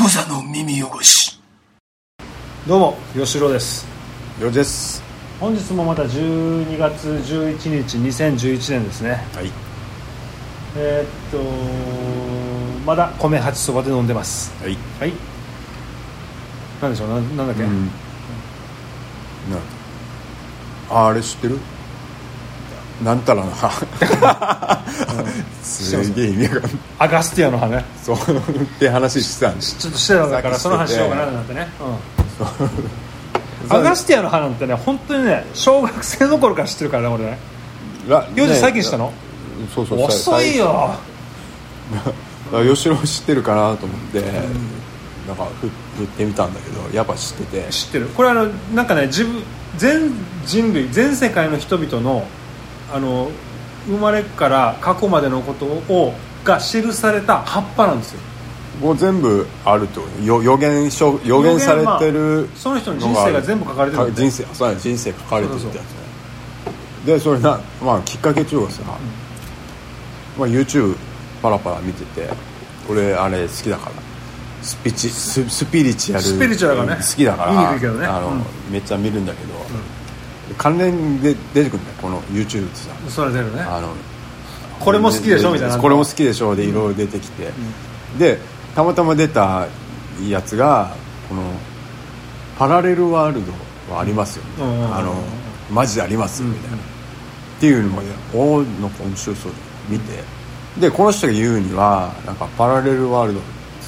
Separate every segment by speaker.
Speaker 1: 無座の耳汚し
Speaker 2: どうも吉郎です
Speaker 3: 夜です
Speaker 2: 本日もまた12月11日2011年ですね
Speaker 3: はい
Speaker 2: えーっとまだ米八そばで飲んでます
Speaker 3: はい
Speaker 2: はいなんでしょうななんだっけ、
Speaker 3: うんなああれ知ってるなんたら の歯すげえ意味が
Speaker 2: アガスティアの話ね
Speaker 3: そうって話してたんです
Speaker 2: ちょっとしてただからそ
Speaker 3: さ
Speaker 2: の
Speaker 3: っ
Speaker 2: 話
Speaker 3: きして
Speaker 2: しようかななんてね、うん、アガスティアの話なんてね本当にね小学生の頃から知ってるからね俺ね
Speaker 3: ら
Speaker 2: 幼児
Speaker 3: ね
Speaker 2: 最近したの
Speaker 3: そうそう
Speaker 2: 遅いよ
Speaker 3: だから吉郎知ってるかなと思ってなんかふ振ってみたんだけどやっぱ知ってて
Speaker 2: 知ってるこれあのなんかね自分全人類全世界の人々のあの生まれから過去までのことをが記された葉っぱなんですよ
Speaker 3: もう全部あるってことよ予言書予言されてる
Speaker 2: その人の人生が全部書かれてるんだよ
Speaker 3: 人生そうだね人生書かれてるってやつねでそれな、まあ、きっかけ中はさ、まあ、YouTube パラパラ見てて俺あれ好きだからスピチススピリチュアル
Speaker 2: スピリチュアルがね
Speaker 3: 好きだから
Speaker 2: 見に行くけどね
Speaker 3: あの、
Speaker 2: うん
Speaker 3: めっちゃ見るんだけど、関連で出てくるんだよこの YouTube ってさ
Speaker 2: それ出るね
Speaker 3: あの
Speaker 2: これも好きでしょみたいな
Speaker 3: これも好きでしょでいろいろ出てきて、でたまたま出たやつがこのパラレルワールドはありますよ、
Speaker 2: うんうんうん
Speaker 3: あのマジでありますよみたいな、っていうのもねおおなんか面白そうだ見てでこの人が言うにはなんかパラレルワールドっ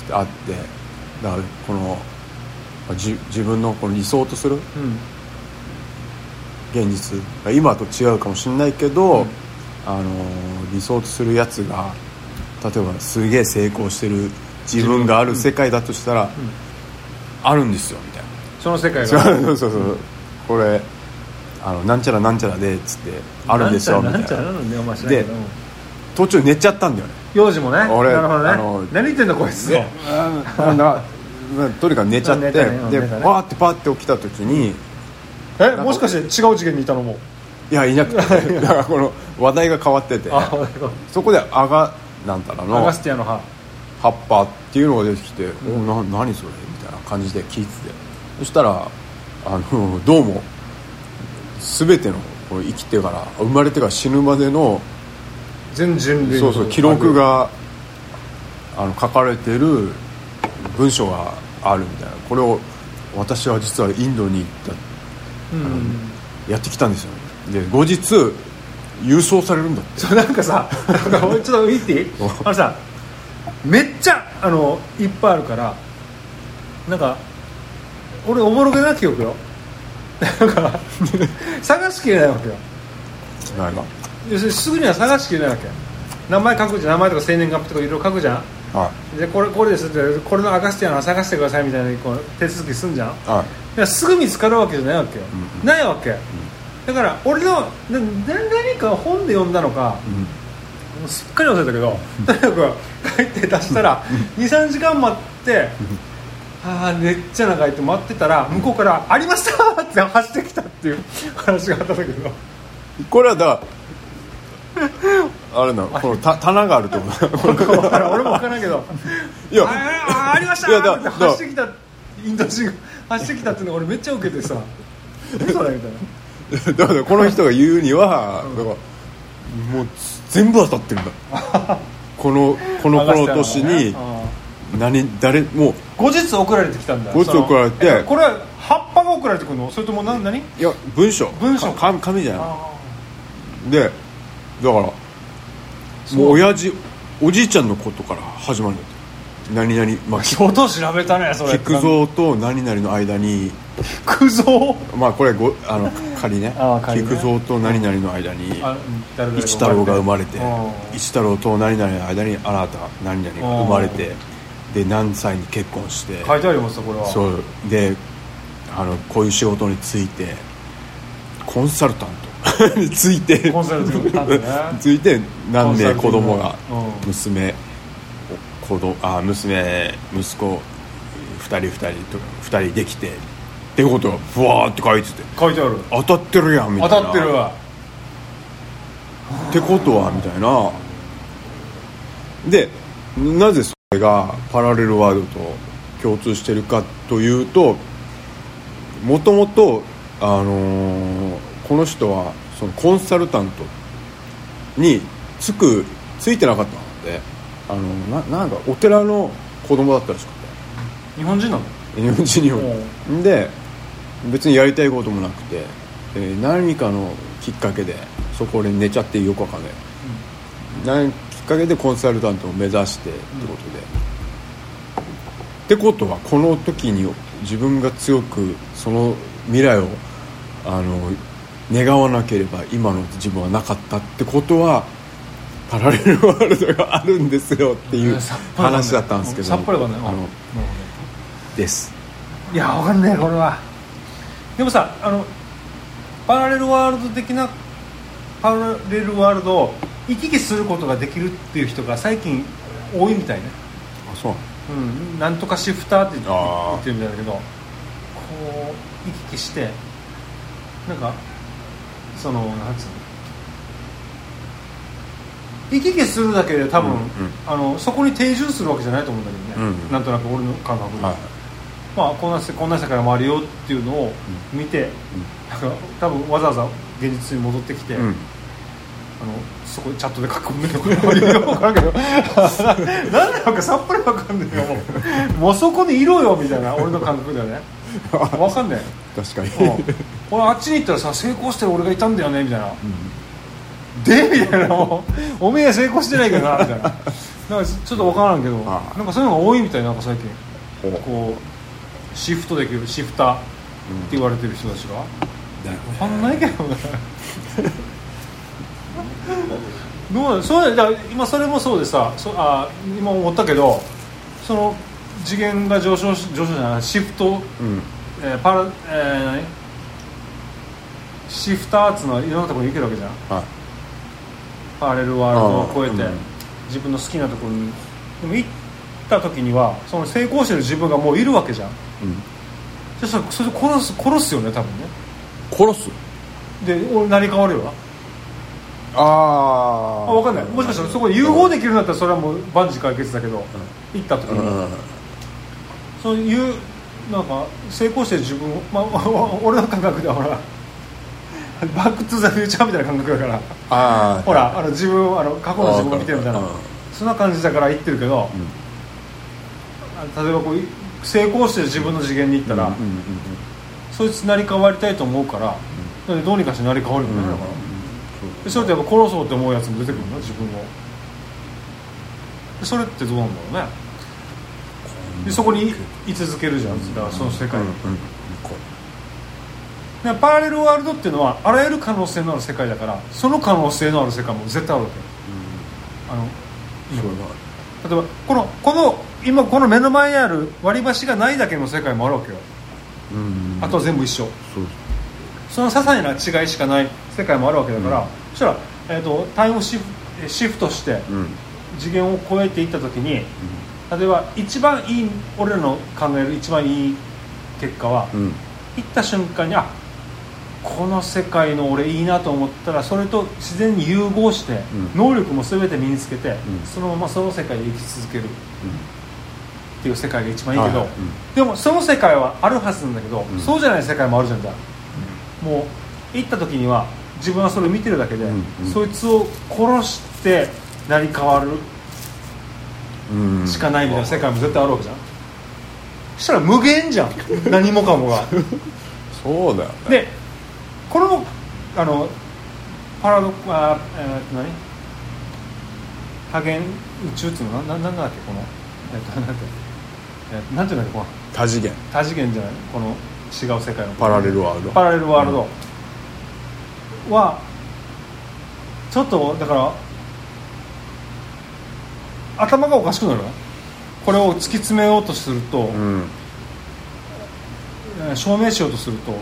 Speaker 3: てあってだからこのじ自分のこの理想とする
Speaker 2: うん
Speaker 3: 現実今と違うかもしれないけど、あの理想とするやつが例えばすげえ成功してる自分がある世界だとしたら、あるんですよみたい
Speaker 2: その世界
Speaker 3: な、
Speaker 2: が
Speaker 3: そうそうそうこれあのなんちゃらなんちゃらでっつってあるんですよみ
Speaker 2: な
Speaker 3: たい
Speaker 2: ん
Speaker 3: な
Speaker 2: ちゃらなんちゃらなんだよお前知らんけど
Speaker 3: で途中寝ちゃったんだよね
Speaker 2: 幼児もねなるほ
Speaker 3: 俺あ
Speaker 2: ど
Speaker 3: の
Speaker 2: ね何言ってんだこいつ
Speaker 3: であななとにかく寝ちゃって、
Speaker 2: 寝たねうん
Speaker 3: で
Speaker 2: 寝たね
Speaker 3: わーってパーって起きた時に、
Speaker 2: えもしかして違う次元にいたのも
Speaker 3: いやいなく てだからこの話題が変わってて
Speaker 2: あ
Speaker 3: そこでアガなんたら
Speaker 2: ア
Speaker 3: の
Speaker 2: ガスティアの葉
Speaker 3: 葉っぱっていうのが出てきて「おな何それ?」みたいな感じで聞いててそしたらあの どうも全てのこう生きてから生まれてから死ぬまでの
Speaker 2: 全人類
Speaker 3: そうそう記録があの書かれてる文章があるみたいなこれを私は実はインドに行った
Speaker 2: うん
Speaker 3: やってきたんですよで後日郵送されるんだって
Speaker 2: そうなんかさなんか俺ちょっと言っていいあのさめっちゃあのいっぱいあるからなんか俺おぼろげな記憶よなんか探しきれないわけよ
Speaker 3: なんか
Speaker 2: 要するにすぐには探しきれないわけ名前書くじゃん名前とか生年月日とかいろいろ書くじゃん
Speaker 3: は
Speaker 2: でこれこれですってこれの赤スティアの探してくださいみたいなこう手続きすんじゃん
Speaker 3: いはい
Speaker 2: いやすぐ見つかるわけじゃないわけよ、ないわけ、だから俺のなな何か本で読んだのか、もうすっかり忘れたけど、とにかく帰って出したら23時間待って、ああめっちゃ長いって待ってたら向こうから「ありました!」って走ってきたっていう 話があったんだけど
Speaker 3: これはだからあれなこのた棚があるってこと
Speaker 2: 俺も分からんけど「
Speaker 3: いや
Speaker 2: あーあーありました!」
Speaker 3: いやだ
Speaker 2: って走ってきたインド人が走ってきたっていうのが俺めっちゃ受けてさ「何それ?」みたいな。
Speaker 3: だからこの人が言うには、だからもう全部当たってるんだこのこのこの年に
Speaker 2: あー
Speaker 3: 何誰もう
Speaker 2: 後日送られてきたんだ
Speaker 3: 後日送られて
Speaker 2: そのえこれは葉っぱが送られてくるのそれとも何何
Speaker 3: いや文章
Speaker 2: 文章
Speaker 3: か紙紙じゃな
Speaker 2: あ
Speaker 3: いでだからもう親父おじいちゃんのことから始まるんだって何々 まあ
Speaker 2: 相当調べたねそれ
Speaker 3: 菊蔵と何々の間に
Speaker 2: 菊蔵
Speaker 3: まあこれごあの仮ね
Speaker 2: あー仮ね
Speaker 3: 菊蔵と何々の間に
Speaker 2: あ誰々
Speaker 3: 一太郎が生まれて
Speaker 2: うん
Speaker 3: 一太郎と何々の間にあなた何々が生まれてで何歳に結婚して
Speaker 2: 書いてありますよこれは
Speaker 3: そうであのこういう仕事についてコンサルタント について
Speaker 2: コンサルティング担当ね
Speaker 3: ついて何名子供が
Speaker 2: コンサルティングうん
Speaker 3: 娘お子供あ娘息子2人2人と2人できてってことがふわーって書いてて
Speaker 2: 書い てある
Speaker 3: 当たってるやんみた
Speaker 2: 当
Speaker 3: いな
Speaker 2: たってるわ
Speaker 3: ってことはみたいなでなぜそれがパラレルワールドと共通してるかというともともと、あのーこの人はそのコンサルタントにつくついてなかったので、あのななんかお寺の子供だったらしくて。
Speaker 2: 日本人なの
Speaker 3: 日本人日本で別にやりたいこともなくて、えー何かのきっかけでそこで寝ちゃってよくわかんない、何きっかけでコンサルタントを目指してってことで、ってことはこの時に自分が強くその未来をあの願わなければ今の自分はなかったってことはパラレルワールドがあるんですよっていう
Speaker 2: さっぱりわかんない
Speaker 3: 話だったんですけど
Speaker 2: さっぱりわかんない
Speaker 3: あのです
Speaker 2: いやわかんないこれはでもさあのパラレルワールド的なパラレルワールドを行き来することができるっていう人が最近多いみたいね、
Speaker 3: あそう
Speaker 2: うん、なんとかシフターって言って
Speaker 3: あ
Speaker 2: 言っ
Speaker 3: ー
Speaker 2: てるみたいだけどこう行き来してなんかそのなんつうの行き来するだけで多分、
Speaker 3: うんうん
Speaker 2: あのそこに定住するわけじゃないと思うんだけどね、
Speaker 3: うんうん
Speaker 2: なんとなく俺の感覚で、
Speaker 3: はい
Speaker 2: まあ、こんな世こんな世界もあるよっていうのを見て、なんか多分わざわざ現実に戻ってきて、
Speaker 3: うん
Speaker 2: あのそこでチャットで書き込んでるのかなよくわからんけど なんだかさっぱりわかんないよもうもうそこにいろよみたいな俺の感覚だよねわかんない
Speaker 3: 確かに
Speaker 2: うん俺あっちに行ったらさ成功してる俺がいたんだよねみたいな、でみたいなもうおめえ成功してないけどなみたいななんかちょっとわからんけど
Speaker 3: ああ
Speaker 2: なんかそういうのが多いみたいなんか最近
Speaker 3: ほう
Speaker 2: こうシフトできるシフターって言われてる人たちが、わ
Speaker 3: だよ
Speaker 2: かんないけ どねどうなのそうだから今それもそうでさそあ今思ったけどその次元が上昇し上昇じゃないシフト、
Speaker 3: うん
Speaker 2: えーパラ、えー何シフターっつうのはいろんなところに行けるわけじゃん
Speaker 3: はい
Speaker 2: パラレルワールドを超えて、
Speaker 3: ああうん
Speaker 2: 自分の好きなところにでも行った時にはその成功してる自分がもういるわけじゃん
Speaker 3: うん
Speaker 2: そしたらそれ殺す殺すよね多分ね
Speaker 3: 殺す
Speaker 2: で俺成り変わるよな
Speaker 3: あ
Speaker 2: あ分かんないもしかしたらそこで融合できるんだったらそれはもう万事解決だけど、行った時
Speaker 3: うん
Speaker 2: に、そういうなんか成功してる自分を、まあ、 俺の感覚ではほらバック・トゥ・ザ・フューチャーみたいな感覚だから
Speaker 3: あ
Speaker 2: ほらあの自分をあの過去の自分を見てるみたいな
Speaker 3: あわかる
Speaker 2: そんな感じだから言ってるけど、あの例えばこうい成功してる自分の次元に行った
Speaker 3: だ
Speaker 2: ら、
Speaker 3: うんうんうん
Speaker 2: そいつ成り変わりたいと思うから、なのでどうにかして成り変わるよね、だから、でそれってやっぱ殺そうって思うやつも出てくるの自分をでそれってどうなんだろうねでそこに居続けるじゃんだからその世界に、
Speaker 3: うんうんこ
Speaker 2: でパラレルワールドっていうのはあらゆる可能性のある世界だからその可能性のある世界も絶対あるわけ、あの
Speaker 3: うそれ
Speaker 2: 例
Speaker 3: は
Speaker 2: えばこのこの今この目の前にある割り箸がないだけの世界もあるわけよ、
Speaker 3: うん
Speaker 2: あとは全部一緒
Speaker 3: そう
Speaker 2: その些細な違いしかない世界もあるわけだから、
Speaker 3: うん
Speaker 2: そしたら、えー、とタイムシフえーシフトして
Speaker 3: うん
Speaker 2: 次元を超えていった時に例えば一番いい俺らの考える一番いい結果は、
Speaker 3: うん
Speaker 2: 行った瞬間にあこの世界の俺いいなと思ったらそれと自然に融合して、
Speaker 3: うん
Speaker 2: 能力も全て身につけて、
Speaker 3: ん
Speaker 2: そのままその世界で生き続けるっていう世界が一番いいけど、
Speaker 3: はいはい
Speaker 2: でもその世界はあるはずなんだけど、
Speaker 3: ん
Speaker 2: そうじゃない世界もあるじゃんじゃあもう行った時には自分はそれを見てるだけで、
Speaker 3: うんうん
Speaker 2: そいつを殺して成り変わる
Speaker 3: うんうん
Speaker 2: しかないみたいな世界も絶対あるわけじゃんそしたら無限じゃん何もかもが
Speaker 3: そうだよね
Speaker 2: でこれもあのパラドあ、えー、何多元宇宙っていうのなななんだっけこのえっとなんだっけ、えっと、なんていうんだっけこの
Speaker 3: 多次元
Speaker 2: 多次元じゃないこの違う世界の
Speaker 3: パラレルワールド
Speaker 2: パラレルワールドはちょっとだから頭がおかしくなるこれを突き詰めようとすると、
Speaker 3: うん
Speaker 2: えー証明しようとするとっ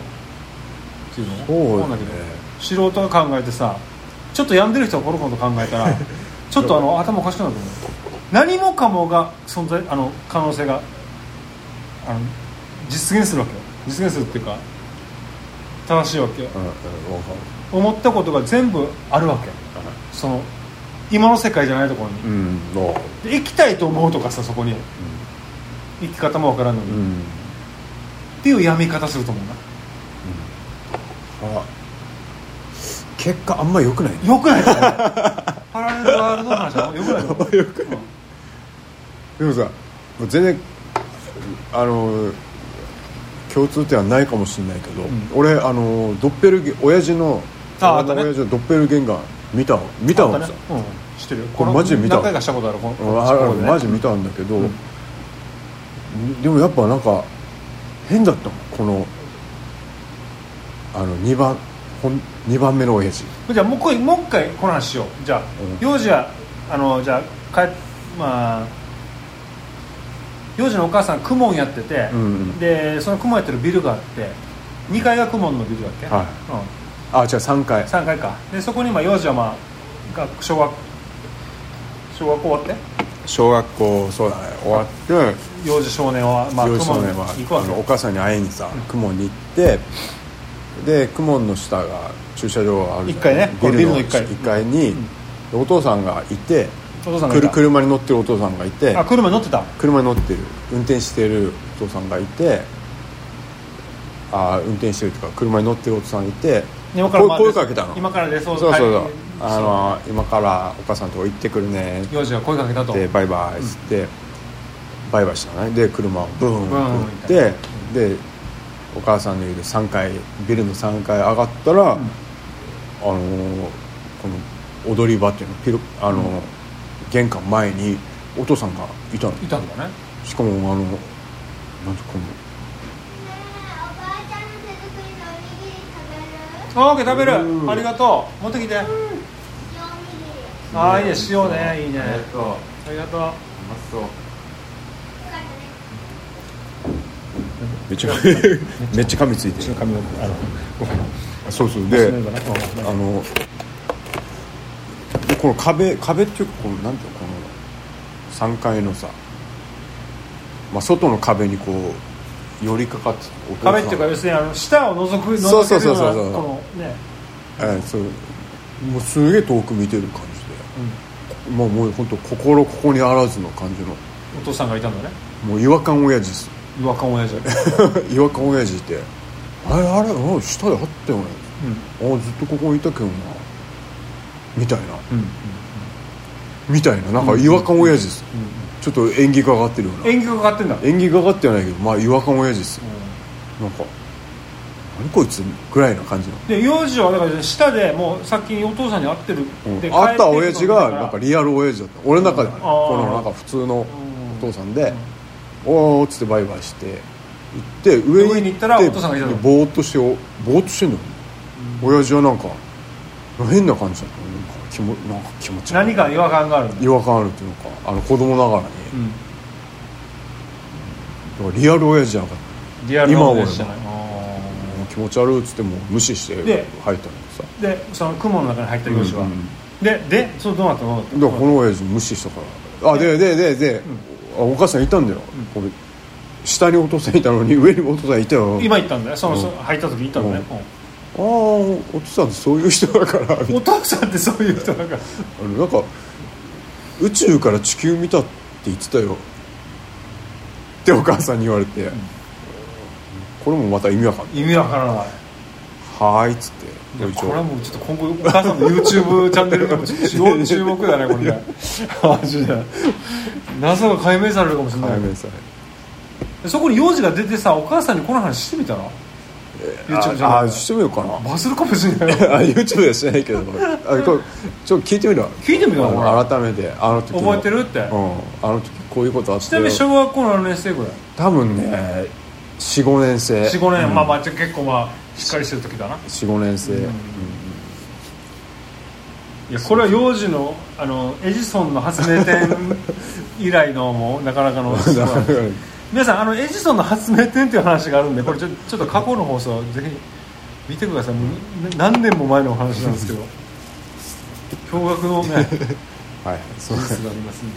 Speaker 2: ていうの
Speaker 3: そう
Speaker 2: こうな
Speaker 3: だね
Speaker 2: んだけど素人が考えてさちょっと病んでる人がこのこと考えた らちょっとあの頭おかしくなると思う何もかもが存在あの可能性があの実現するわけよ実現するっていうか正しいわけよ
Speaker 3: うんうんわか
Speaker 2: 思ったことが全部あるわけその今の世界じゃないところに
Speaker 3: るうんどう
Speaker 2: で行きたいと思うとかさそこに、生き方も分からんのに、
Speaker 3: う
Speaker 2: っ
Speaker 3: ん
Speaker 2: ていうやめ方すると思うな
Speaker 3: あ結果あんま良くないね
Speaker 2: よくないですか パラレルワールドの話はよくないの
Speaker 3: よくないでもさもう全然あの共通点はないかもしれないけど、
Speaker 2: ん
Speaker 3: 俺あのドッペルゲ親父の
Speaker 2: ああったね
Speaker 3: 親父のドッペルゲンガー見た見たのさ、
Speaker 2: うん知ってるよ
Speaker 3: これマジで見た
Speaker 2: 何回かしたことあるこの
Speaker 3: うんあれ
Speaker 2: この
Speaker 3: マジ見たんだけど、
Speaker 2: うん
Speaker 3: でもやっぱなんか変だったもんこのあの2番ほん二番目の親父
Speaker 2: じゃあもう一回もう一回この話しようじゃあ、
Speaker 3: うん
Speaker 2: 幼児はあのじゃあ帰っまあ幼児のお母さんクモンやってて、
Speaker 3: うんうん
Speaker 2: でそのクモンやってるビルがあって2階がクモンのビルだっけ、
Speaker 3: はいあじゃあ3回
Speaker 2: うん、3階かでそこにまあ幼児はまあ学小学小学校終わって
Speaker 3: 小学校そうだね終わって
Speaker 2: 幼児少年はまあク
Speaker 3: 幼少
Speaker 2: モンに
Speaker 3: 年は
Speaker 2: 行くわ
Speaker 3: あ
Speaker 2: け
Speaker 3: のお母さんに会いにさ公文に行ってで公文の下が駐車場があるじゃん
Speaker 2: 一階ねこれビルの一階
Speaker 3: 一階に、お父さんがいて
Speaker 2: お父さんが
Speaker 3: く
Speaker 2: い
Speaker 3: る
Speaker 2: た
Speaker 3: 車に乗ってるお父さんがいて
Speaker 2: あ車に乗ってた
Speaker 3: 車に乗ってる運転してるお父さんがいてあー運転してるとか車に乗ってるお父さんがいて
Speaker 2: 今からまあ
Speaker 3: 声声かけたの
Speaker 2: 今から出そう
Speaker 3: そうそうそう、
Speaker 2: はい
Speaker 3: あのー今からお母さんのとこ行ってくるね
Speaker 2: 幼児が声かけたと
Speaker 3: でバイバイっつって、バイバイしたのねで車をブーン
Speaker 2: ブーン
Speaker 3: って打って、でお母さんの家で3階ビルの3階上がったら、あのーこの踊り場っていうのピロあのー玄関前にお父さんがいたの
Speaker 2: いたんだね
Speaker 3: しかもあのなんてこの
Speaker 1: おばあちゃんの手作りのおにぎり食べる
Speaker 2: あオッケー食べ
Speaker 3: う
Speaker 2: る
Speaker 3: ん
Speaker 2: ありがとう持ってきて
Speaker 1: 塩おにぎり
Speaker 2: ああいいね塩ねいいね
Speaker 4: ありがとうう
Speaker 2: ありがとう
Speaker 4: まそう
Speaker 1: よかったね
Speaker 3: め っちゃめっちゃ噛みついてる
Speaker 2: 髪のあのごめん
Speaker 3: そうそうで
Speaker 2: 娘がね
Speaker 3: あのでこの壁壁っていうかこのなんていうのこの3階のさ、まあ、外の壁にこう寄りかかってお父さん
Speaker 2: 壁っていうか要するにあの舌を覗く覗
Speaker 3: そうそ
Speaker 2: け
Speaker 3: う
Speaker 2: る
Speaker 3: そうそう
Speaker 2: ようなこのね
Speaker 3: ええそうもうすげえ遠く見てる感じで、もうもう本当心ここにあらずの感じの
Speaker 2: お父さんがいたんだね
Speaker 3: もう違和感親父です
Speaker 2: 違和感親父
Speaker 3: 違和感親父いてあれあれあ下であったよねあずっとここにいたけどなみたいな
Speaker 2: うん
Speaker 3: みたいななんか違和感親父です、ちょっと演技が上がってるよ うな
Speaker 2: 演技がかかってんだ
Speaker 3: 演技が上がってはないけどまあ違和感親父ですよなんか何こいつぐらいな感じの、
Speaker 2: で幼児はだから舌でもうさっきお父さんに会ってる
Speaker 3: うん
Speaker 2: で
Speaker 3: 会った
Speaker 2: 帰
Speaker 3: 親
Speaker 2: って
Speaker 3: 父
Speaker 2: くるの
Speaker 3: が
Speaker 2: だ
Speaker 3: なんからリアル親父だった俺の中ではね
Speaker 2: あー
Speaker 3: このなんか普通のお父さんで「おー」っつってバイバイして行って上に
Speaker 2: 上に行ったらお父さんがいたの
Speaker 3: ぼーっとしておぼーっとしてんのよ、親父はなんか変な感じだったなんか気もなんか気持ち悪い
Speaker 2: 何か違和感があるんだ
Speaker 3: 違和感あるっていうのかあの子供ながらに、
Speaker 2: うん
Speaker 3: だからリアル親父じゃなかった
Speaker 2: リアルな
Speaker 3: 今思えば
Speaker 2: 親父じゃないあ
Speaker 3: もう気持ち悪いっつってもう無視して入った
Speaker 2: で
Speaker 3: のにさ
Speaker 2: ーでその雲の中に入った幼児は
Speaker 3: うんうん
Speaker 2: ででそれどうなったのどうなった
Speaker 3: だからこの親父無視したからあでででで、あお母さんいたんだよ、これ下にお父さんいたのに 上にお父さんいたよあ
Speaker 2: 今行ったんだよその、そう
Speaker 3: うん
Speaker 2: 入った時に行ったのね、
Speaker 3: うあお父さんってそういう人だからみたい
Speaker 2: うん
Speaker 3: な
Speaker 2: お父さんってそういう人なんか
Speaker 3: あのなんか宇宙から地球見たって言ってたよってお母さんに言われて、これもまた意味わかんない
Speaker 2: 意味わからない
Speaker 3: はーいっつ
Speaker 2: いや
Speaker 3: って
Speaker 2: これはもうちょっと今後お母さんの YouTube チャンネルでもちょっ と要注目だねこれねマジで謎が解明されるかもしれな
Speaker 3: 早
Speaker 2: い
Speaker 3: めさ
Speaker 2: そこに幼児が出てさお母さんにこの話してみたら YouTube チ
Speaker 3: あ
Speaker 2: ャン
Speaker 3: あ
Speaker 2: ネ
Speaker 3: してみようかな
Speaker 2: ルバズるかもしれない
Speaker 3: あ YouTube ではしてないけどあこれちょっと聞いてみるわ
Speaker 2: 聞いてみようほら
Speaker 3: あの改めてあの時の
Speaker 2: 覚えてるって
Speaker 3: うんあの時こういうことあっ
Speaker 2: ち
Speaker 3: た
Speaker 2: な
Speaker 3: よ
Speaker 2: みに小学校の何年生ぐらい
Speaker 3: 多分ね45年生
Speaker 2: 45年、まあまあじゃあ結構まあしっかりしてる時だな
Speaker 3: 45年生、
Speaker 2: いやこれは幼児のあのエジソンの発明点以来のもうなか なかの
Speaker 3: だから
Speaker 2: 皆さんあのエジソンの発明点という話があるんでこれちょちょっと過去の放送ぜひ見てくださいもうな何年も前のお話なんですけど驚愕の ね
Speaker 3: はいそ
Speaker 2: 事
Speaker 3: う
Speaker 2: 実がありますんで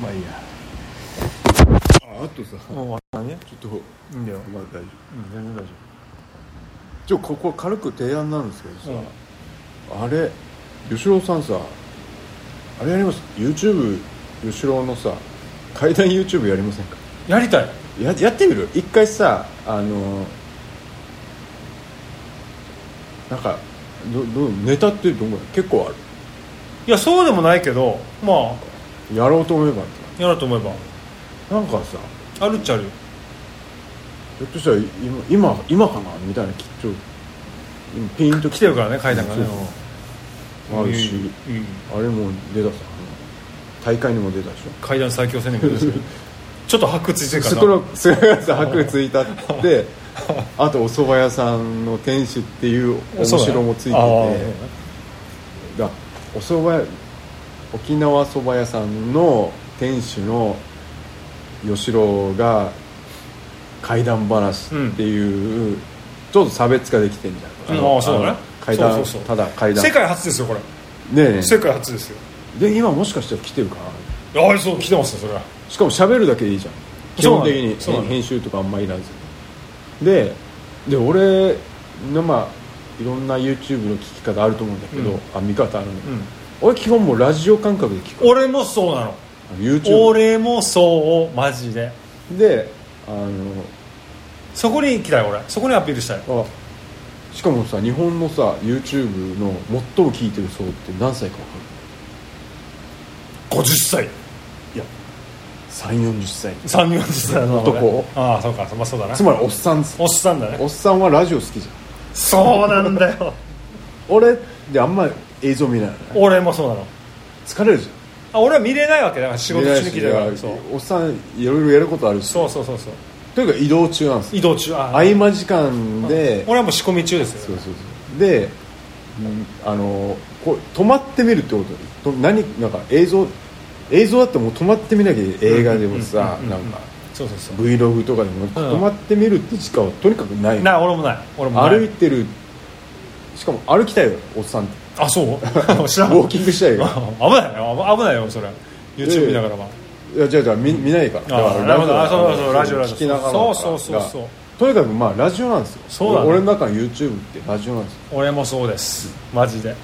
Speaker 2: まあいいや
Speaker 3: ああとさ
Speaker 2: もう終わったね
Speaker 3: ちょっと
Speaker 2: いいんだよ、
Speaker 3: まあ
Speaker 2: う
Speaker 3: 大丈夫
Speaker 2: ん、全然大丈
Speaker 3: ちょここ軽く提案なんですけどさ
Speaker 2: 夫、、うん
Speaker 3: あれ吉郎さんさあれやります YouTube 吉郎のさ階段 YouTube やりませんか
Speaker 2: やりたい
Speaker 3: ややってみる一回さあのなんかどどネタってどんぐらい結構ある
Speaker 2: いやそうでもないけどまあ
Speaker 3: やろうと思えば
Speaker 2: やろうと思えば
Speaker 3: なんかさ
Speaker 2: あるっちゃあるよ
Speaker 3: ひょっとしたら今今今かなみたいなきっと今ピンと
Speaker 2: 来てるからね階段がね
Speaker 3: そうそ
Speaker 2: うん
Speaker 3: うあるし
Speaker 2: いいいい
Speaker 3: あれも出たさあの大会にも出たでしょ
Speaker 2: 階段最強戦略です けどちょっと発掘してるか
Speaker 3: ス
Speaker 2: ら
Speaker 3: トロークストロークス白つい たってあとお蕎麦屋さんの店主っていう面白もついてて
Speaker 2: あー
Speaker 3: だお蕎麦屋沖縄そば屋さんの店主の吉郎が怪談話っていう、ちょっと差別化できてんじゃん、
Speaker 2: うんあーそうだね
Speaker 3: の怪談
Speaker 2: そうそうそう
Speaker 3: ただ怪談
Speaker 2: 世界初ですよこれ、
Speaker 3: ねえねえ
Speaker 2: 世界初ですよ
Speaker 3: で今もしかしたら来てるかな
Speaker 2: ああそう来てますよそれは
Speaker 3: しかも喋るだけでいいじゃん基
Speaker 2: そうな
Speaker 3: 本
Speaker 2: んだ
Speaker 3: 的に
Speaker 2: そうなんだ
Speaker 3: 編集とかあんまいらずでで俺のまあいろんな YouTube の聞き方あると思うんだけど、
Speaker 2: うん
Speaker 3: あ見方あるんだけ
Speaker 2: う
Speaker 3: ど、
Speaker 2: ん
Speaker 3: 俺基本もうラジオ感覚で聞く
Speaker 2: 俺もそうなの
Speaker 3: YouTube
Speaker 2: 俺もそうマジで
Speaker 3: であの
Speaker 2: そこに行きたい俺そこにアピールしたい
Speaker 3: あしかもさ日本のさ YouTube の最も聞いてる層って何歳か分か
Speaker 2: 50歳
Speaker 3: る3 4 0歳
Speaker 2: 340歳の
Speaker 3: 男
Speaker 2: ああそうかまあそうだな
Speaker 3: つまりおっさんっす
Speaker 2: おっさんだね
Speaker 3: おっさんはラジオ好きじゃん
Speaker 2: そうなんだ よ
Speaker 3: 俺であんま映像見ないのね
Speaker 2: 俺もそうなの
Speaker 3: 疲れるじゃ
Speaker 2: あ
Speaker 3: ん
Speaker 2: 俺は見れないわけだから仕事中に来てるからそう
Speaker 3: おっさんいろいろやることあるし
Speaker 2: そうそうそうそう
Speaker 3: というか移動中なんですよ
Speaker 2: 移動中あ
Speaker 3: 合間時間で
Speaker 2: 俺はもう仕込み中です
Speaker 3: そう
Speaker 2: よ
Speaker 3: そうそうでうんあのこう止まってみるってことと何なんか映像映像だってもう止まってみなきゃいけない映画でもさ
Speaker 2: うんうんうん
Speaker 3: な
Speaker 2: うん
Speaker 3: んか
Speaker 2: そうそうそう
Speaker 3: Vlog とかでも止まってみるって時間はとにかくないの
Speaker 2: な俺もない俺もない
Speaker 3: 歩いてるしかも歩きたいよおっさ んって
Speaker 2: あそう知
Speaker 3: ウ
Speaker 2: らん
Speaker 3: ォーキングしたいよ
Speaker 2: あ 危ないよ危ないよそれ YouTube 見ながらはい
Speaker 3: や違う違う見見ないからだ
Speaker 2: あ
Speaker 3: から
Speaker 2: なるほど
Speaker 3: だから
Speaker 2: あそうそうラジオラジオ
Speaker 3: 聞きながら
Speaker 2: そうそうそうそう
Speaker 3: だからとにかくまあラジオなんですよ
Speaker 2: そうだね
Speaker 3: 俺の中の YouTube ってラジオなんですよ
Speaker 2: 俺もそうですマジで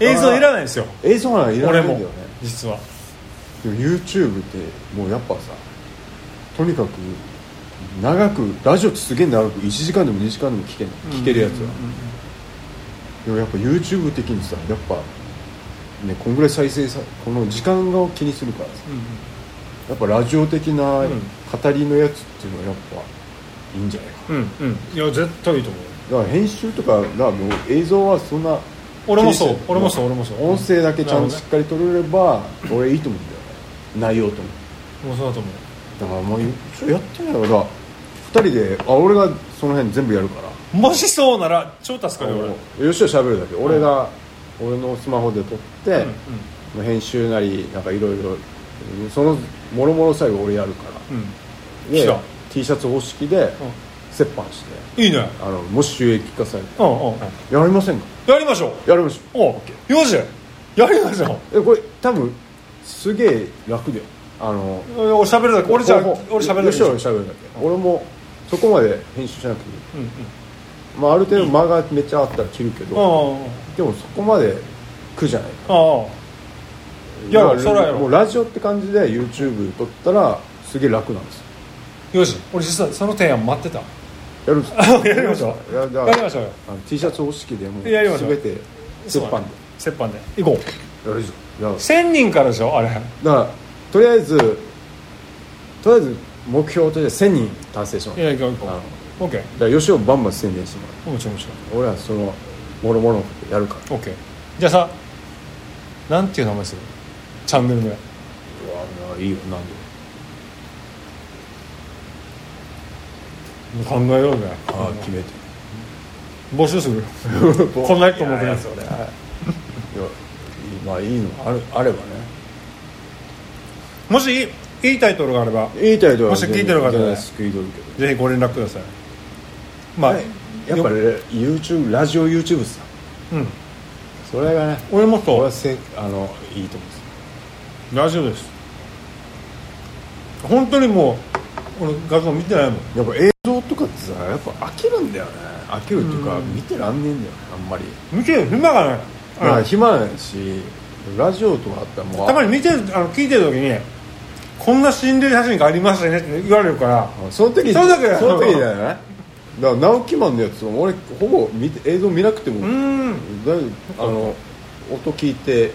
Speaker 2: 映像いらないんですよ
Speaker 3: 映像なんかいらな
Speaker 2: 俺
Speaker 3: いんだ
Speaker 2: も
Speaker 3: よね
Speaker 2: 実は
Speaker 3: でも YouTube ってもうやっぱさとにかく長くラジオってすげえ長く1時間でも2時間でも聞けん聞けるやつは、でもやっぱ YouTube 的にさやっぱねこんぐらい再生さこの時間を気にするからさやっぱラジオ的な
Speaker 2: うん
Speaker 3: 語りのやつっていうのはやっぱいいんじゃないかな
Speaker 2: うんうんうんいや絶対いいと思う
Speaker 3: だから編集とかがもう映像はそんな
Speaker 2: 俺もそう
Speaker 3: 気にして
Speaker 2: 俺もそう俺もそう
Speaker 3: 音声だけちゃんと
Speaker 2: な
Speaker 3: しっ
Speaker 2: る
Speaker 3: かり取れれば俺いいと思うんだよね内容と
Speaker 2: ほどねも
Speaker 3: も
Speaker 2: うそうだと思う
Speaker 3: だからもうちょっとやってみようよだから2人であ俺がその辺全部やるから
Speaker 2: もしそうなら超助かるよ俺
Speaker 3: よしはしゃべるだけ俺が俺のスマホで撮って、編集なりなんかいろいろそのもろもろ最後俺やるか
Speaker 2: うんうん来
Speaker 3: らで
Speaker 2: た
Speaker 3: T シャツ方式で折半して
Speaker 2: いいね
Speaker 3: あのもし収益化され
Speaker 2: うんうんうん
Speaker 3: たらやりませんか
Speaker 2: やりましょう
Speaker 3: やりましょう
Speaker 2: おうよしやりましょ
Speaker 3: えこれ多分すげえ楽だよあの
Speaker 2: う俺喋るだけ俺じゃあ
Speaker 3: ほうほう
Speaker 2: 俺喋るだけ
Speaker 3: よ
Speaker 2: で
Speaker 3: し
Speaker 2: しょ
Speaker 3: 俺喋るだけ俺もそこまで編集しなくていい、
Speaker 2: うんうん
Speaker 3: まあ、ある程度間がめっちゃあったら切るけど、
Speaker 2: うんうん
Speaker 3: でもそこまで苦じゃない
Speaker 2: あ
Speaker 3: か
Speaker 2: あやろう
Speaker 3: だ
Speaker 2: そ
Speaker 3: から
Speaker 2: やろう
Speaker 3: もうラジオって感じで YouTube 撮ったらすげえ楽なんですよ
Speaker 2: よし俺実はその提案待ってた
Speaker 3: やるんです
Speaker 2: やりましょう
Speaker 3: いやだ
Speaker 2: や
Speaker 3: か
Speaker 2: りま
Speaker 3: ら
Speaker 2: しょうよ
Speaker 3: あの T シャツ方式でもう
Speaker 2: やりましょう
Speaker 3: 全て折半
Speaker 2: 折半で行こう
Speaker 3: でやるぞだか
Speaker 2: 1000人からでしょあれ
Speaker 3: らだからとりあえずとりあえず目標として1000人達成します
Speaker 2: いや行こう行
Speaker 3: なる
Speaker 2: こう OK
Speaker 3: だから吉尾バンバン宣伝してもら
Speaker 2: もちろんもちろ
Speaker 3: う俺はそのもろもろのことやるから
Speaker 2: ん OK じゃあさなんていう名前するチャンネル名
Speaker 3: うわいいよなんで
Speaker 2: 考えようね
Speaker 3: ああ決めて
Speaker 2: 募集する こんな一個持ってないですよ俺
Speaker 3: いやいいまあいいのあるあれば
Speaker 2: もしいいいいタイトルがあれば
Speaker 3: ねいいタイトル
Speaker 2: もし聞いてる方で
Speaker 3: ね救い取るけど
Speaker 2: ぜひご連絡くださいまあ、
Speaker 3: はいやっぱり YouTube ラジオ YouTube さ
Speaker 2: うん
Speaker 3: それがね
Speaker 2: 俺も
Speaker 3: 俺
Speaker 2: と
Speaker 3: はせあのいいと思うんですよ
Speaker 2: ラジオです本当にもう俺画像見てないもん
Speaker 3: やっぱ映像とかってさやっぱ飽きるんだよね飽きるっていうか見てらんねえんだよねあんまり
Speaker 2: 見てる暇がない
Speaker 3: だから暇ないしラジオとかあったらもう
Speaker 2: たまに見てるあの聞いてる時にこんな心霊写真がありましたねって言われるから
Speaker 3: その時に
Speaker 2: その時だ
Speaker 3: その時じゃないだから直木マンのやつ俺ほぼ見て映像見なくても
Speaker 2: うん
Speaker 3: だいぶあの音聞いて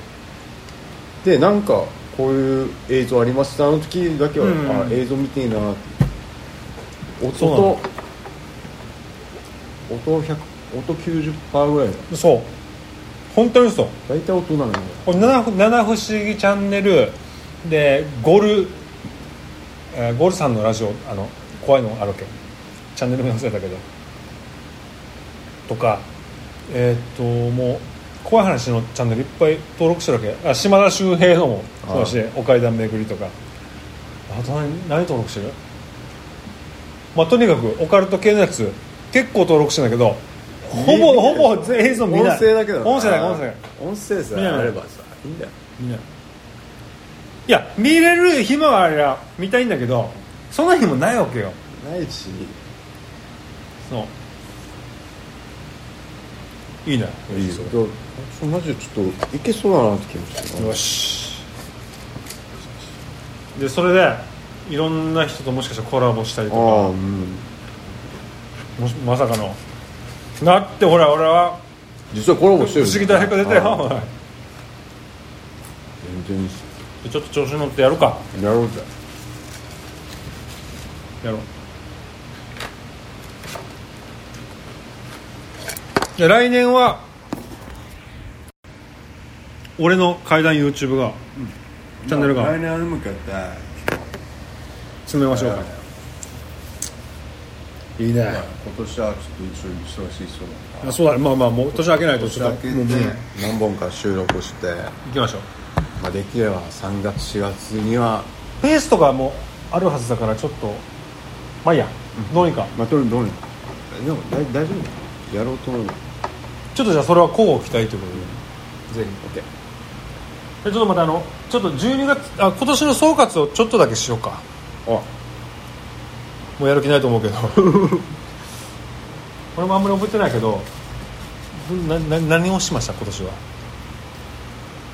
Speaker 3: でなんかこういう映像ありましたあの時だけは、
Speaker 2: うん
Speaker 3: あ映像見ていいなって音
Speaker 2: そうなの
Speaker 3: と音100音90%ぐらいだ
Speaker 2: そう本当にそう
Speaker 3: 大体音なのよ
Speaker 2: これ七不七不思議チャンネルでゴル、えーゴルさんのラジオあの怖いのあるわけチャンネル名忘れたけどとかえーっともう怖い話のチャンネルいっぱい登録してるわけあ島田秀平のもそうだしお階段巡りとかあと何何登録してるまあとにかくオカルト系のやつ結構登録してんだけどほぼほぼ全映像見ない
Speaker 3: 音声だけだ
Speaker 2: 音声だけ音声だけ
Speaker 3: 音声さ
Speaker 2: 見
Speaker 3: え
Speaker 2: ない
Speaker 3: あればさいいんだよ
Speaker 2: いや見れる暇はありゃ見たいんだけどそんな日もないわけよ
Speaker 3: ないし
Speaker 2: そういいね
Speaker 3: いいよだからマジでちょっといけそうだなって気がして
Speaker 2: よしでそれでいろんな人ともしかしたらコラボしたりと
Speaker 3: あ
Speaker 2: か
Speaker 3: あうん
Speaker 2: もしまさかのなってほら俺は
Speaker 3: 実はコラ
Speaker 2: 不
Speaker 3: ボしてる
Speaker 2: 思
Speaker 3: んだ
Speaker 2: 議大学出たよ
Speaker 3: あ
Speaker 2: お
Speaker 3: あ
Speaker 2: い
Speaker 3: 全然いいっす
Speaker 2: ちょっと調子に乗ってやろうか
Speaker 3: やろうぜ
Speaker 2: やろうで来年は俺の怪談 YouTube が、チャンネルが
Speaker 3: 来年に向けて
Speaker 2: 詰めましょうか、いいね
Speaker 3: 今年はちょっと一緒に忙しいそうだ
Speaker 2: あそうだねまあまあもう年明けないとちょっと
Speaker 3: 年
Speaker 2: も
Speaker 3: 明
Speaker 2: う
Speaker 3: け
Speaker 2: もう
Speaker 3: て
Speaker 2: 行
Speaker 3: 何本か収録して、
Speaker 2: きましょう
Speaker 3: まあ、できれば3月4月には
Speaker 2: ペースとかもあるはずだからちょっとまあいいやどうにか
Speaker 3: まあどれどうにかでも大大丈夫やろうと思う
Speaker 2: ちょっとじゃあそれは交互期待ということでぜひ
Speaker 3: ケー
Speaker 2: でちょっとまたあのちょっと12月あ今年の総括をちょっとだけしようか
Speaker 3: あ
Speaker 2: もうやる気ないと思うけど 俺もあんまり覚えてないけどなな何をしました今年は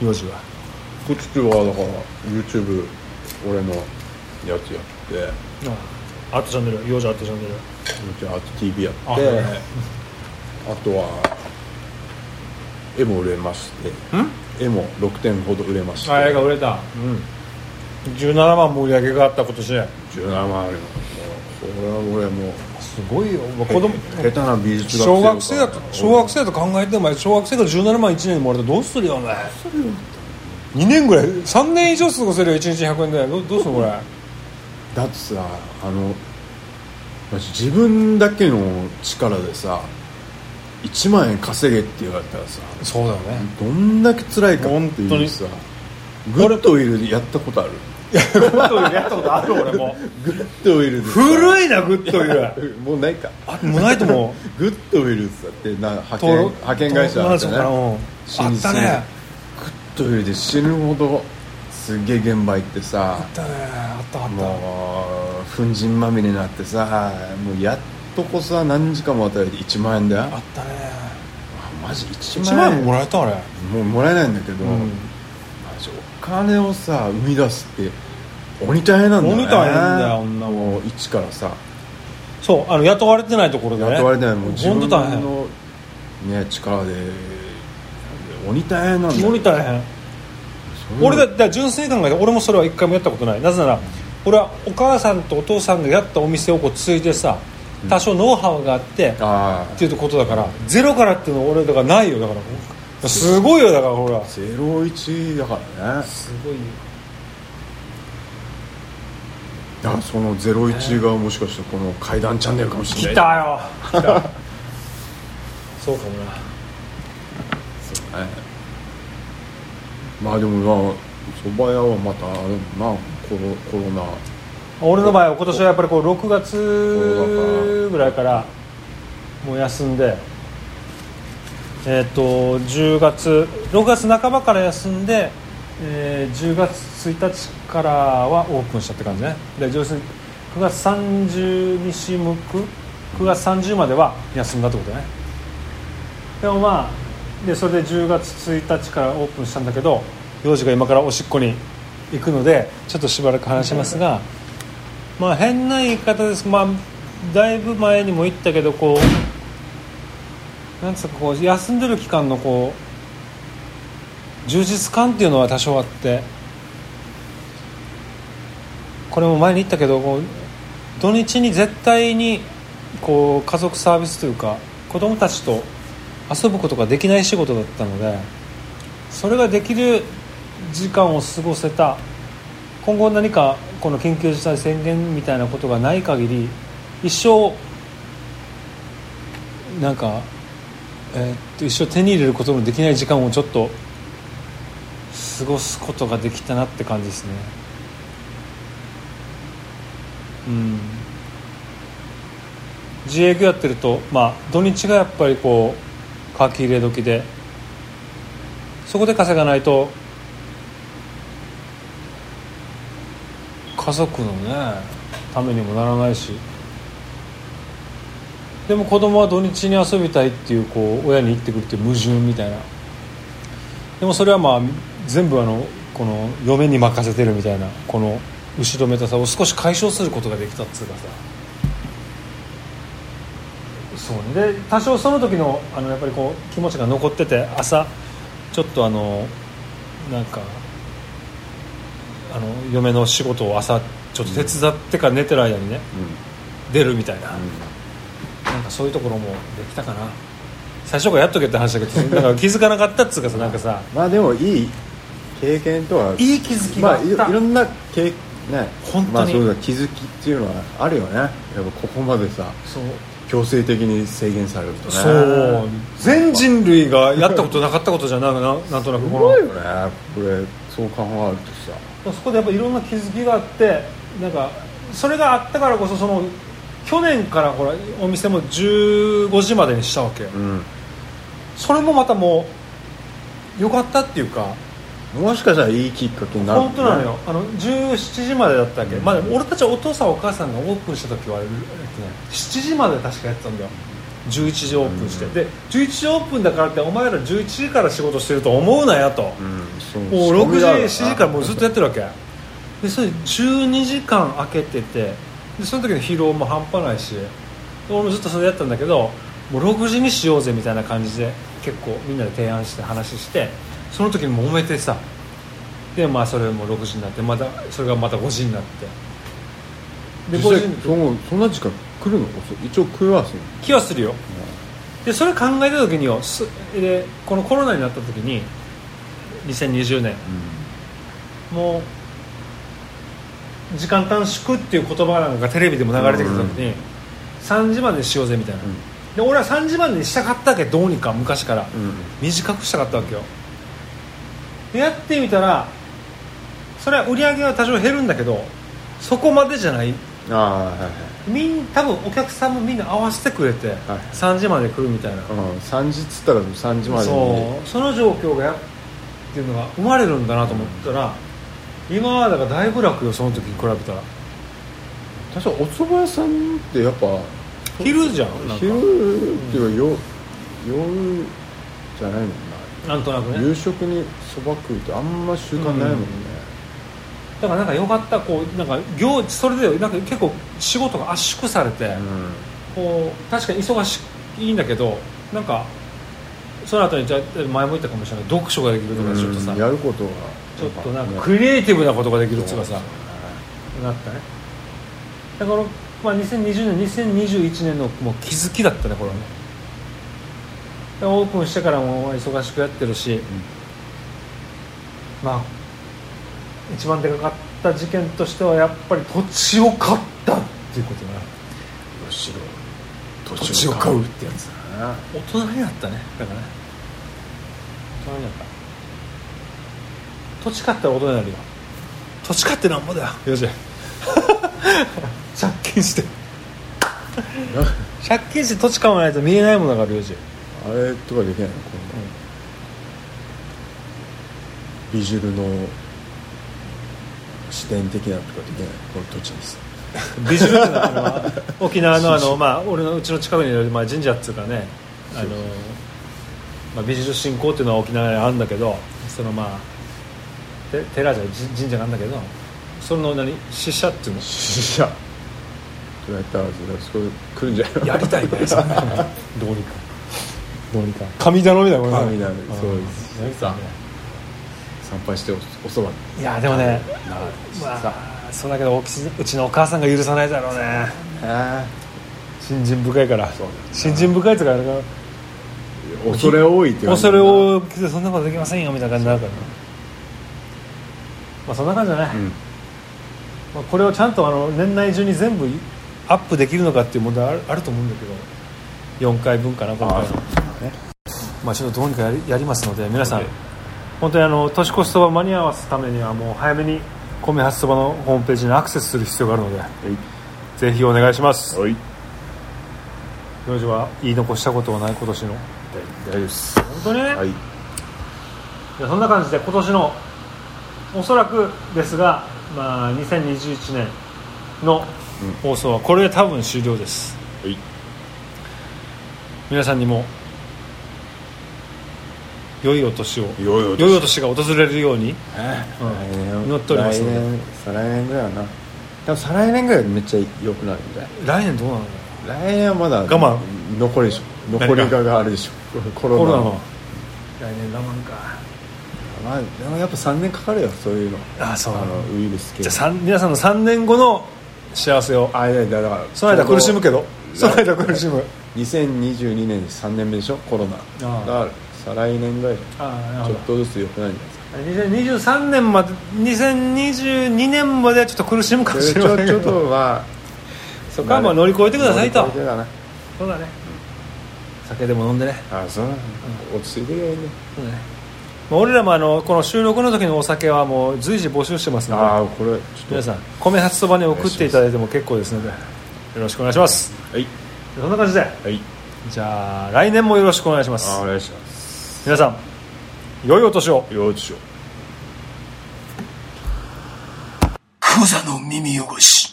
Speaker 2: 幼児は
Speaker 3: こっちはだから YouTube 俺のやつやって
Speaker 2: あアートチャンネル幼児アートチャンネル
Speaker 3: じゃああと TV やってあ,、
Speaker 2: あはい
Speaker 3: とは絵も売れまして絵も6点ほど売れまして
Speaker 2: あ映画売れたうん17万も売り上げがあった今年す
Speaker 3: 17万あるよもうこれは俺はもう
Speaker 2: ごいよ子供
Speaker 3: 下手な美術
Speaker 2: 小学生だ
Speaker 3: と
Speaker 2: と
Speaker 3: から
Speaker 2: 小学生だと考えてお前小学生が17万1年でもらったらどうするよお前2年ぐらい3年以上過ごせるよ1日100円でどどうするこれ
Speaker 3: だってさあのマジ自分だけの力でさ1万円稼げって言われたらさ
Speaker 2: そうだよ ね
Speaker 3: どんだけ辛いかって
Speaker 2: 本当
Speaker 3: いう
Speaker 2: に
Speaker 3: さグッドウィルでやったことある
Speaker 2: やったことある俺も
Speaker 3: グッドウィルでさ
Speaker 2: 古いなグッドウィル
Speaker 3: もうないか
Speaker 2: あもうないと思う
Speaker 3: グッドウィルズだってな派遣派遣会社だ
Speaker 2: あ
Speaker 3: っ
Speaker 2: ったた
Speaker 3: ね
Speaker 2: ねあ
Speaker 3: 新
Speaker 2: ったね
Speaker 3: 鮮グッドウィルで死ぬほどすげえ現場行ってさ
Speaker 2: あったねあったあっ
Speaker 3: もう粉塵まみれになってさもうやっとこさ何時間も与えて1万円だよ
Speaker 2: たあったね
Speaker 3: マジ1
Speaker 2: 1
Speaker 3: 万
Speaker 2: 万
Speaker 3: 円
Speaker 2: 円もらえたあれ
Speaker 3: もうもらえないんだけど、
Speaker 2: うん
Speaker 3: マジお金をさ生み出すって鬼大変なんだよね
Speaker 2: 鬼大変だよ女
Speaker 3: もう一からさ
Speaker 2: そうあの雇われてないところでね
Speaker 3: 雇われてないもう自
Speaker 2: 本
Speaker 3: 分
Speaker 2: 当大変
Speaker 3: の、ね、力で鬼大変なんだよ
Speaker 2: 鬼大変
Speaker 3: そんな
Speaker 2: 俺だだから純粋に考えて俺もそれは一回もやったことないなぜなら俺はお母さんとお父さんがやったお店をこう継いでさ多少ノウハウがあって、っ
Speaker 3: ああ
Speaker 2: ていうことだからゼロからっていうのは俺だからないよだからすごいよだからほらす
Speaker 3: 01だからね
Speaker 2: ごいよ
Speaker 3: だからその01がもしかしてこの階段チャンネルかもし れない
Speaker 2: 来た よ来たそうかもな
Speaker 3: はいまあでもまあ蕎麦屋はまたあれもなコロコロナ
Speaker 2: 俺の場合は今年はやっぱりこう6月ぐらいからもう休んでえっ、と10月6月半ばから休んで、えー10月1日からはオープンしたって感じねで要するに9月30日向く9月30までは休んだってことねでもまあでそれで10月1日からオープンしたんだけど幼児が今からおしっこに行くのでちょっとしばらく話しますが、まあ、変な言い方です、まあ、だいぶ前にも言ったけどこうなんつうかこう休んでる期間のこう充実感っていうのは多少あってこれも前に言ったけどこう土日に絶対にこう家族サービスというか子供たちと遊ぶことができない仕事だったのでそれができる時間を過ごせた今後何かこの緊急事態宣言みたいなことがない限り一生なんか、えーっと一生手に入れることのできない時間をちょっと過ごすことができたなって感じですね。うん自営業やってると、まあ、土日がやっぱりこう書き入れ時でそこで稼がないと家族のねためにもならないしでも子供は土日に遊びたいっていうこう親に言ってくるっていう矛盾みたいなでもそれはまあ全部あのこの嫁に任せてるみたいなこの後ろめたさを少し解消することができたっつうかさそうねで多少その時のあのやっぱりこう気持ちが残ってて朝ちょっとあのなんかあの嫁の仕事を朝ちょっと手伝ってから寝てる間にね、出るみたいな、なんかそういうところもできたかな最初からやっとけって話だけどなんか気づかなかったっつうかさなんかさ
Speaker 3: まあでもいい経験とはい
Speaker 2: い気づきが
Speaker 3: ま
Speaker 2: あ
Speaker 3: あ
Speaker 2: っ
Speaker 3: いろ
Speaker 2: た、
Speaker 3: いろんな経ね
Speaker 2: 本当に
Speaker 3: まあ、そうだ気づきっていうのはあるよねやっぱここまでさ
Speaker 2: そう
Speaker 3: 強制的に制限されるとね
Speaker 2: そう全人類がやったことなかったことじゃなくななんとなく
Speaker 3: す
Speaker 2: この
Speaker 3: ごいよねこれそう考えるとさ
Speaker 2: そこでやっぱいろんな気づきがあってなんかそれがあったからこそその去年からほらお店も15時までにしたわけよ、
Speaker 3: うん
Speaker 2: それもまたもう良かったっていうか
Speaker 3: もしかしたらいいきっかけになる
Speaker 2: 本当なのよあの17時までだったわけ、まあ、俺たちはお父さんお母さんがオープンした時は、えっとね、7時まで確かやってたんだよ11時オープンして、
Speaker 3: うん
Speaker 2: で11時オープンだからってお前ら11時から仕事してると思うなやと、
Speaker 3: うんそう
Speaker 2: もう
Speaker 3: そう
Speaker 2: 6時
Speaker 3: だろな
Speaker 2: 7時からもうずっとやってるわけでそれ12時間空けててでその時の疲労も半端ないし俺もずっとそれやったんだけどもう6時にしようぜみたいな感じで結構みんなで提案して話してその時にも揉めてさでまあそれも6時になってまたそれがまた5時になってで
Speaker 3: 実
Speaker 2: 5
Speaker 3: 際
Speaker 2: 時に
Speaker 3: そのそんな時間来るのそう一応来るわすね
Speaker 2: 気はするよでそれ考えた時によすでこのコロナになった時に2020年もう時間短縮っていう言葉なんかテレビでも流れてきた時に、3時までにしようぜみたいな、
Speaker 3: うん
Speaker 2: で俺は3時までにしたかったけどどうにか昔から
Speaker 3: うんうん
Speaker 2: 短くしたかったわけよでやってみたらそれは売り上げは多少減るんだけどそこまでじゃない
Speaker 3: ああはいはい
Speaker 2: みん多分お客さんもみんな合わせてくれて、
Speaker 3: はい
Speaker 2: 3時まで来るみたいな、
Speaker 3: うん3時っつったら3時までに
Speaker 2: そうその状況がやっていうのが生まれるんだなと思ったら、今はだからだいぶ楽よその時に比べたら
Speaker 3: 確かお蕎麦屋さんってやっぱ
Speaker 2: 昼じゃんなんか
Speaker 3: 昼っていうか夜夜じゃないもん
Speaker 2: なんとなく
Speaker 3: な
Speaker 2: ね
Speaker 3: 夕食にそば食うってあんま習慣ないもんね
Speaker 2: だからなんかよかったこうなんか行それでなんか結構仕事が圧縮されて、
Speaker 3: うん
Speaker 2: こう確かに忙しいんだけどなんかその後にじゃあ前も言ったかもしれない読書ができるとかちょっとさ、
Speaker 3: やることが
Speaker 2: ちょっとなん
Speaker 3: や
Speaker 2: か
Speaker 3: っぱ
Speaker 2: クリエイティブなことができるっ
Speaker 3: ね
Speaker 2: つうかさなったねだから、まあ、2020年2021年のもう気づきだったねこれはねでオープンしてからも忙しくやってるし、まあ一番でかかった事件としてはやっぱり土地を買ったっていうことだな
Speaker 3: むしろ
Speaker 2: 土地を買うってやつ
Speaker 3: だね
Speaker 2: 大人になったねだからね大人になった土地買ったら大人になるよ土地買ってなんぼだよよし 借金して借金して土地買わないと見えないものがあるよじ
Speaker 3: あれとかできないのこんな、ビジュルの視点的なのとかできないこの土地にさ
Speaker 2: ビジュルっての は沖縄のあの、まあ、俺のうちの近くにある、まあ、神社っつうかねあの、まあ、ビジュル信仰っていうのは沖縄にあるんだけどそのまあて寺じゃ神神社があるんだけどその何死者っていうの
Speaker 3: 死者それやったらそれそこ来るんじゃない
Speaker 2: やり たいね そんなのどうにかどうにか神頼みだこれ
Speaker 3: 神頼みそうです
Speaker 2: やりたいね
Speaker 3: 参拝しておおそばに
Speaker 2: いやでもね
Speaker 3: なる
Speaker 2: まあそうだけどおきうちのお母さんが許さないだろうね信心深いから
Speaker 3: そうだよな
Speaker 2: 信心深いとかあれが
Speaker 3: 恐れ多いって言われ
Speaker 2: 恐
Speaker 3: る
Speaker 2: れ多くてそんなことできませんよみたいな感じになるからねまあそんな感じじゃない、
Speaker 3: うん
Speaker 2: まあ、これをちゃんとあの年内中に全部アップできるのかっていう問題あるあると思うんだけど4回分かな今
Speaker 3: あ
Speaker 2: 回
Speaker 3: あ
Speaker 2: の
Speaker 3: そうね
Speaker 2: まあちょっとどうにかやりやりますので皆さん本当にあの年越しそば間に合わすためにはもう早めに米発そばのホームページにアクセスする必要があるのでぜひお願いします
Speaker 3: はい
Speaker 2: 彼女は言い残したことはない今年の
Speaker 3: 大丈夫です
Speaker 2: 本当に、
Speaker 3: はい
Speaker 2: いやそんな感じで今年のおそらくですが、まあ、2021年の放送はこれで多分終了です、
Speaker 3: はい
Speaker 2: 皆さんにも良いお年を
Speaker 3: よいよ
Speaker 2: 良いお年が訪れるように
Speaker 3: 来年
Speaker 2: 祈っております
Speaker 3: 来
Speaker 2: ので
Speaker 3: 年再来年ぐらいはなでも再来年ぐらいめっちゃ良くなるんじゃない
Speaker 2: 来年どうなの
Speaker 3: 来年はまだ
Speaker 2: 我慢
Speaker 3: 残りでしょ残りががあるでしょコロ
Speaker 2: コ
Speaker 3: ナ
Speaker 2: ロナ
Speaker 3: の
Speaker 2: の来年我慢か
Speaker 3: まあでもやっぱ3年かかるよそういうの
Speaker 2: ああそう
Speaker 3: あのウイルス系
Speaker 2: じゃあさん皆さんの3年後の幸せを
Speaker 3: あいやいやだから
Speaker 2: その間苦しむけ
Speaker 3: ど
Speaker 2: どその間苦しむ
Speaker 3: 2022年3年目でしょコロナ
Speaker 2: ああ
Speaker 3: だから再来年ぐらいじゃ
Speaker 2: ああなる
Speaker 3: ん
Speaker 2: ほ
Speaker 3: ちょ
Speaker 2: ど
Speaker 3: っとずつ良くなるんじゃないですか
Speaker 2: 2023年まで2022年まではちょっと苦しむかもし
Speaker 3: ち
Speaker 2: れ
Speaker 3: ょ
Speaker 2: ません
Speaker 3: ち
Speaker 2: け
Speaker 3: ょっ
Speaker 2: ど
Speaker 3: とまあ
Speaker 2: そこはまあ乗り越えてくださいと
Speaker 3: 乗り越えてだな
Speaker 2: そうだね酒でも飲んでね
Speaker 3: ああそうなの落ち着いてくれいいね
Speaker 2: そうだねまあ俺らもあのこの収録の時のお酒はもう随時募集してますので
Speaker 3: ああこれちょっと
Speaker 2: 皆さん米初そばに送っていただいても結構ですのでよろしくお願いします
Speaker 3: はい
Speaker 2: そんな感じで
Speaker 3: はい
Speaker 2: じゃあ来年もよろしくお願いしま
Speaker 3: ああ
Speaker 2: す
Speaker 3: お願いします
Speaker 2: 皆さん良いお年を
Speaker 3: よいしょ
Speaker 4: クザの耳汚し。